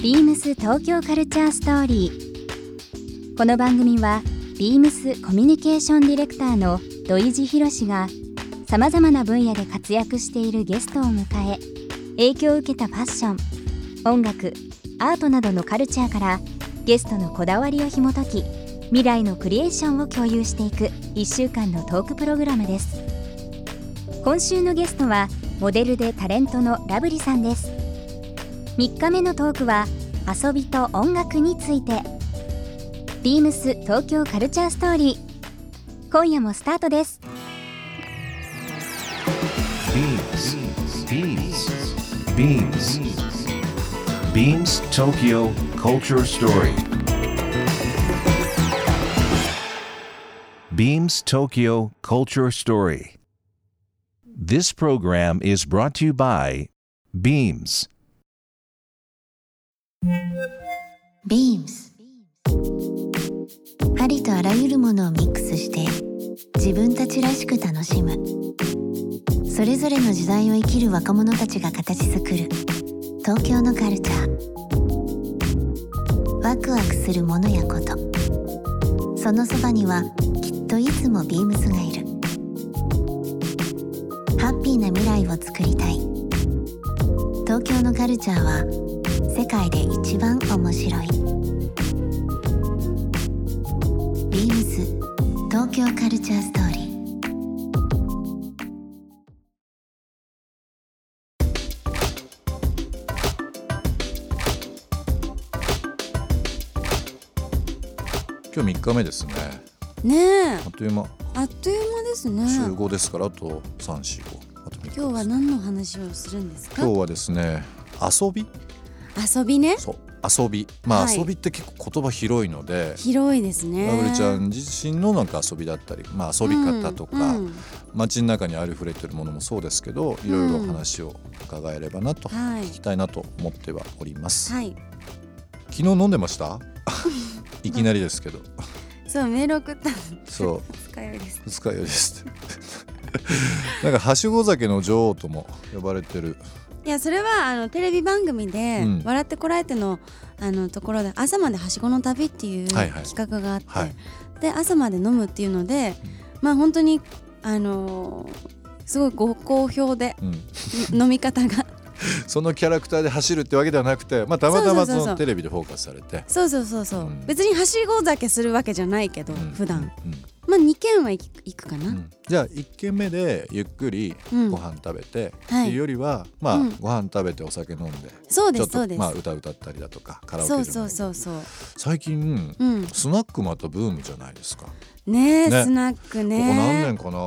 ビームス東京カルチャーストーリー。この番組はビームスコミュニケーションディレクターの土井地博志がさまざまな分野で活躍しているゲストを迎え、影響を受けたファッション、音楽、アートなどのカルチャーからゲストのこだわりを紐解き、未来のクリエーションを共有していく1週間のトークプログラムです。今週のゲストはモデルでタレントのラブリさんです。3日目のトークは遊びと音楽についてビームス東京カルチャーストーリー今夜もスタートです Beams. Beams. Beams. Beams Tokyo Culture Story. Beams Tokyo Culture Story. This program is brought to you by Beams. Beams 針とあらゆるものをミックスして自分たちらしく楽しむそれぞれの時代を生きる若者たちが形作る東京のカルチャーワクワクするものやことそのそばにはきっといつも Beams がいるハッピーな未来を作りたい東京のカルチャーは世界で一番面白いビームス東京カルチャーストーリー今日3日目ですねねえあっという間あっという間ですね週5ですからあと345あと3日今日は何の話をするんですか今日はですね遊び遊びねそう遊びまあ、はい遊びって結構言葉広いので広いですねラブルちゃん自身のなんか遊びだったり、まあ、遊び方とか、うんうん街の中にありふれてるものもそうですけどいろいろお話を伺えればなと、はい聞きたいなと思ってはおります、はい昨日飲んでました いきなりですけ どそうメール送ったのそう使いです二日酔いです ってなんかはしご酒の女王とも呼ばれてるいやそれはあのテレビ番組でうん「笑ってこらえての」あのところで朝まではしごの旅っていうはいはい企画があって、はいで朝まで飲むっていうので、まあ本当にあのーすごいご好評 でうん、飲み方がそのキャラクターで走るってわけではなくて、まあ、たまたまそうそうそうそうそのテレビでフォーカスされて。そうそうそうそう、うん別にはしご酒するわけじゃないけど、うん普段、、うんまあ2軒は行く行くかうんな、うんじゃあ1軒目でゆっくりうんご飯食べて、はいっていうよりは、まあうんご飯食べてお酒飲んでそうでちょっすそうと、です、まあ、歌歌ったりだとかカラオケそうじゃそなういそうそう最近、うんスナックまたブームじゃないですか、ねえねスナックねここ何年かな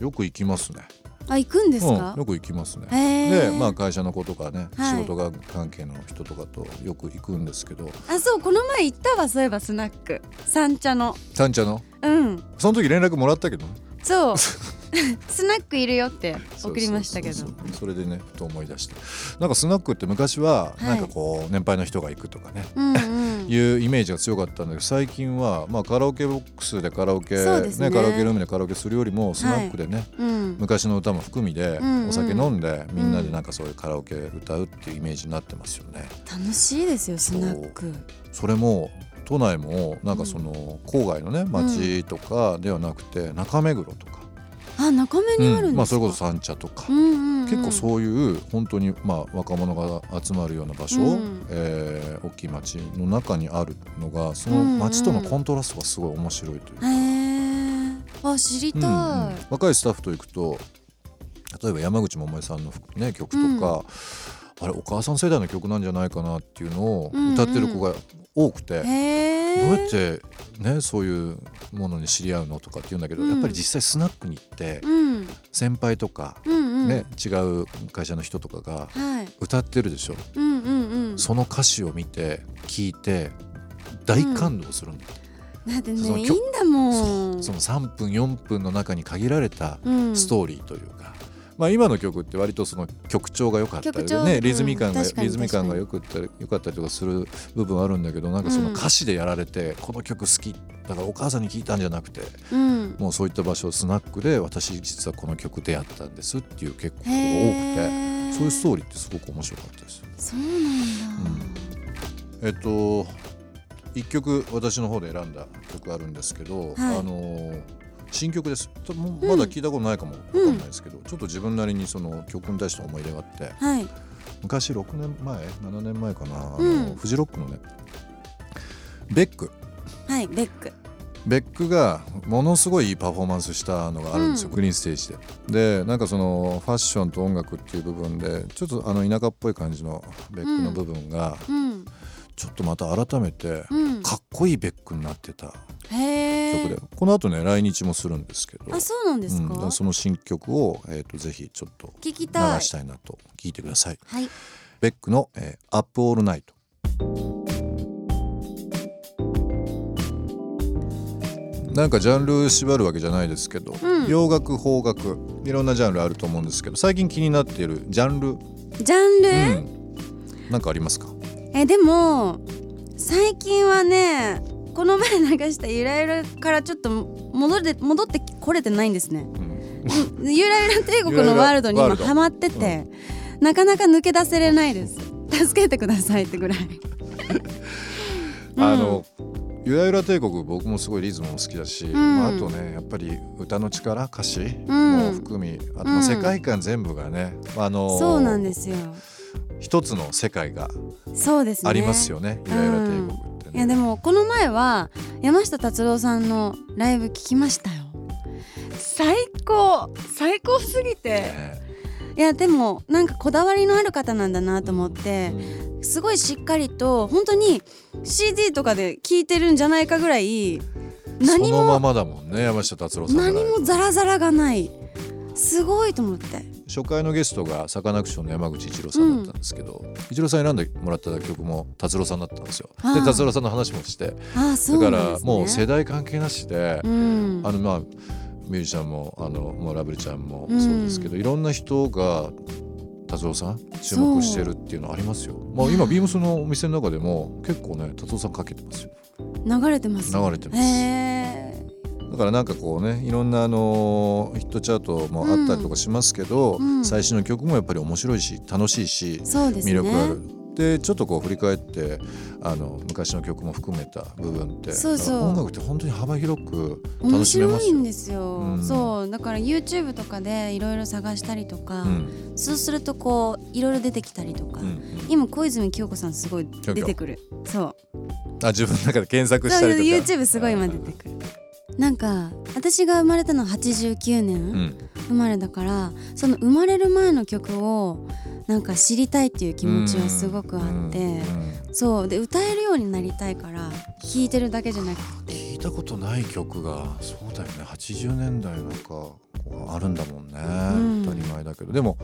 よく行きますねあ行くんですうかん、、よく行きますねへでえまあ会社の子とかね、はい仕事が関係の人とかとよく行くんですけどあそうこの前行ったわそういえばスナック三茶のたんちゃんのうんその時連絡もらったけどね そうスナックいるよって送りました けそうそどうそうそうそれでねふと思い出してなんかスナックって昔ははいなんかこう年配の人が行くとかね、うんうんい、うイメージが強かったんだけど最近はまあカラオケボックスでカラオケ、そうですねカラオケルームでカラオケするよりもスナックでね、うん昔の歌も含みでんうんお酒飲んでみんなでなんかそういうカラオケ歌うっていうイメージになってますよね。楽しいですよスナックそれも都内もなんかその郊外のね町とかではなくて中目黒とか、あ中目にあるんですか、うんまあ、それこそ三茶とか、うんうんうん、結構そういう本当にまあ若者が集まるような場所、うんえー大きい町の中にあるのがそのうんうん町とのコントラストがすごい面白いというか、へえあ知りたい、うんうん若いスタッフと行くと例えば山口百恵さんの、ね、曲とか、あれお母さん世代の曲なんじゃないかなっていうのを歌ってる子が多くて。へえどうやってねそういうものに知り合うのとかって言うんだけど、うんやっぱり実際スナックに行ってうん先輩とか、うんうんね違う会社の人とかがはい歌ってるでしょ、うんうんうんその歌詞を見て聞いて大感動するんだ、だってそのねいいん曲だもんその3分4分の中に限られたうんストーリーというか。まあ、今の曲って割とその曲調が良かったり曲調ねうんリズミ感が確かにリズミ感が良くったり良かったりとかする部分あるんだけどなんかその歌詞でやられてこの曲好きだからお母さんに聞いたんじゃなくてうんもうそういった場所スナックで私実はこの曲出会ったんですっていう結構多くへてえそういうストーリーってすごく面白かったです。そうなんだ、えっと一曲私の方で選んだ曲あるんですけど、はいあの新曲ですともまだ聞いたことないかもわかんないですけど、ちょっと自分なりにその曲に対して思い出があってはい昔6年前7年前かな、あうんのフジロックのねベックはいベックベックがものすごいいいパフォーマンスしたのがあるんですよ、うんグリーンステージで。でなんかそのファッションと音楽っていう部分でちょっとあの田舎っぽい感じのベックの部分が、うんちょっとまた改めてうんかっこいいベックになってたへえ曲で、この後ね来日もするんですけどあそうなんですうんか、だらその新曲を、えー、とぜひちょっと聞き流たいしたいなと聞いてください。はいベックの、えー、Up All Night なんかジャンル縛るわけじゃないですけど、うん洋楽邦楽いろんなジャンルあると思うんですけど最近気になっているジャンル、ジャンル、うん、なんかありますかえでも最近はねこの前 流したゆらゆらからちょっと戻れて戻ってこれてないんですねうんうんゆらゆら帝国のワールドにゆら今ゆらハマってて、なかなか抜け出せれないです助けてくださいってぐらいうんあのゆらゆら帝国僕もすごいリズムも好きだし、んまあ、あとねやっぱり歌の力歌詞も含み、あとまうあん世界観全部がね、あのそうなんですよ一つの世界がそうですねありますよねゆらゆら帝国っていね。やでもこの前は山下達郎さんのライブ聞きましたよ最高最高すぎてねいやでもなんかこだわりのある方なんだなと思ってすごいしっかりと本当に CD とかで聴いてるんじゃないかぐらい何そのまもまだもんね山下達郎さんのライブ何もザラザラがないすごいと思って初回のゲストがサカナクションの山口一郎さんだったんですけど、一郎さん選んでもらった曲も達郎さんだったんですよああで達郎さんの話もしてああそだうなかんです、ね、らもう世代関係なしで、うんあのまあミュージシャンもあのもうラブリちゃんもうんそうですけど、いろんな人が達郎さん注目してるっていうのありますよ。まあ今ビームスのお店の中でも結構ね達郎さんかけてますよ。流れてます流れてますへえだからなんかこうねいろんなあのヒットチャートもあったりとかしますけど、うんうん最新の曲もやっぱり面白いし楽しいしそうです魅ね力ある。で,、ちょっとこう振り返ってあの昔の曲も含めた部分ってそうそだうから音楽って本当に幅広く面楽しめま白すいよ。んですよ、うんそうだから YouTube とかでいろいろ探したりとか、うんそうするとこういろいろ出てきたりとか、うん今小泉今日子さんすごい出てくるそうあ自分の中で検索しそたうりとか。 YouTube すごい今出てくるなんか私が生まれたのは89う年ん生まれだから、その生まれる前の曲をなんか知りたいっていう気持ちはすごくあって、うんうんそうで歌えるようになりたいから聴いてるだけじゃなくて聞いたことない曲がそうだよね80年代なんかこうあるんだもんね、ん当たり前だけどでも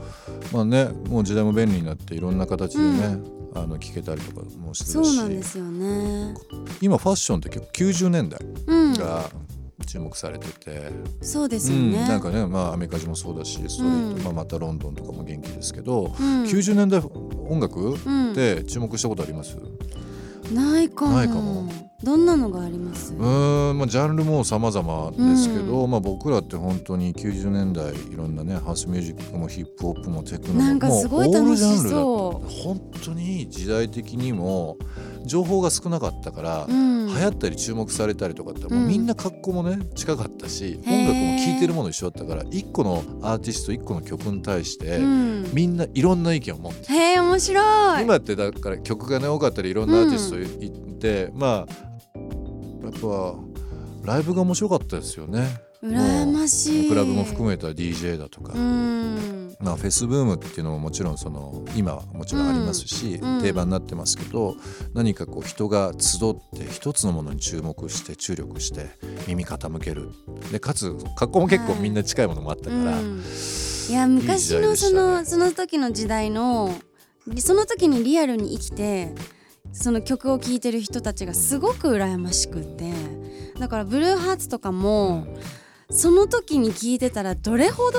まあねもう時代も便利になっていろんな形でね、あの聞けたりとかもしてそるうなんでしすよね今ファッションって結構90年代うんが注目されてて、そうですうよんね、なんかね、まあ、アメリカ人もそうだしストリート、うんまあ、またロンドンとかも元気ですけど、うん90年代音楽っうんて注目したことあります、ないかもないかもどんなのがありますうーんまあ、ジャンルも様々ですけど、まあ、僕らって本当に90年代いろんなねハウスミュージックもヒップホップもテクノもなんかすごい楽しもうオールそうジャンルだった本当に時代的にも情報が少なかったから、うん流行ったり注目されたりとかってもううんみんな格好もね近かったし、へー音楽も聴いてるもの一緒だったから1個のアーティスト1個の曲に対して、うんみんないろんな意見を持ってへえ面白い今ってだから曲がね多かったりいろんなアーティストいいて、まあやっぱライブが面白かったですよね羨ましいクラブも含めた DJ だとか、うんまあ、フェスブームっていうのももちろんその今はもちろんありますし、うん定番になってますけど何かこう人が集って一つのものに注目して注力して耳傾けるでかつ格好も結構みんな近いものもあったうから、んいや昔のそのその時の時代のその時にリアルに生きてその曲を聴いてる人たちがすごく羨ましくってだからブルーハーツとかもその時に聴いてたらどれほど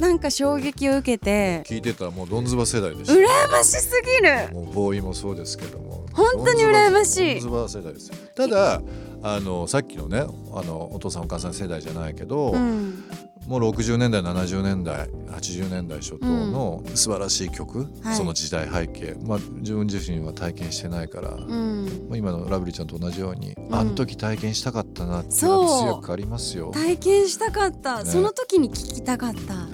なんか衝撃を受けて聞いてたらもうドンズバ世代でした羨ましすぎるもうボーイもそうですけども本当に羨ましいボンズバ世代ですよただあのさっきのねあのお父さんお母さん世代じゃないけど、うんもう60年代70年代80年代初頭の素晴らしい曲、はいその時代背景、まあ、自分自身は体験してないから、うんまあ今のラブリーちゃんと同じように、んあの時体験したかったなっていうそうのは強くありますよ。ね体験したかった、ねその時に聴きたかったっ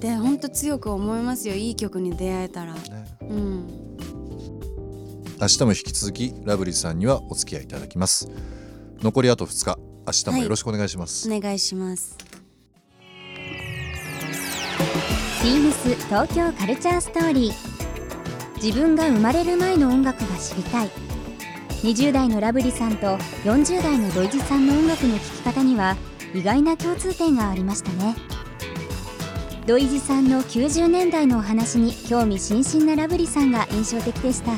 て本当強く思いますよいい曲に出会えたら、ねうん、明日も引き続きラブリーさんにはお付き合いいただきます残りあと2日明日もよろしくお願いします、お願いしますビームス東京カルチャーストーリー自分が生まれる前の音楽が知りたい20代のラブリさんと40代のドイジさんの音楽の聴き方には意外な共通点がありましたねドイジさんの90年代のお話に興味津々なラブリさんが印象的でした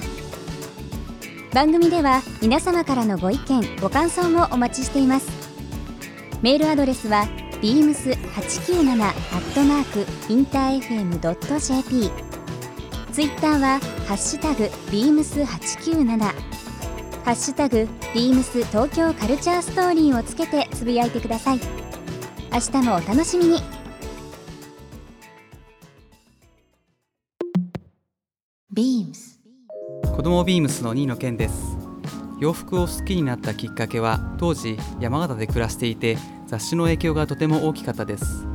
番組では皆様からのご意見ご感想もお待ちしていますメールアドレスは beams897 アットマークインター FM.jp ツイッターはハッシュタグ beams897 ハッシュタグ beams 東京カルチャーストーリーをつけてつぶやいてください明日もお楽しみにビームス子供ビームスの新野健です洋服を好きになったきっかけは当時山形で暮らしていて雑誌の影響がとても大きかったです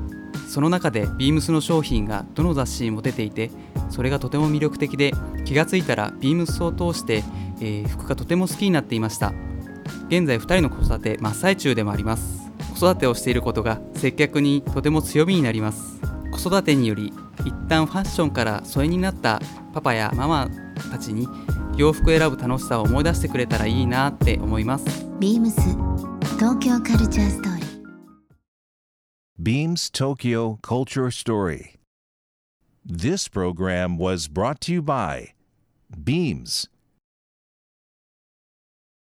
その中でビームスの商品がどの雑誌にも出ていてそれがとても魅力的で気がついたらビームスを通して、えー服がとても好きになっていました現在2人の子育て真っ最中でもあります子育てをしていることが接客にとても強みになります子育てにより一旦ファッションから疎遠になったパパやママたちに洋服選ぶ楽しさを思い出してくれたらいいなって思いますビームス東京カルチャーストーリー Beams Tokyo Culture Story. This program was brought to you by Beams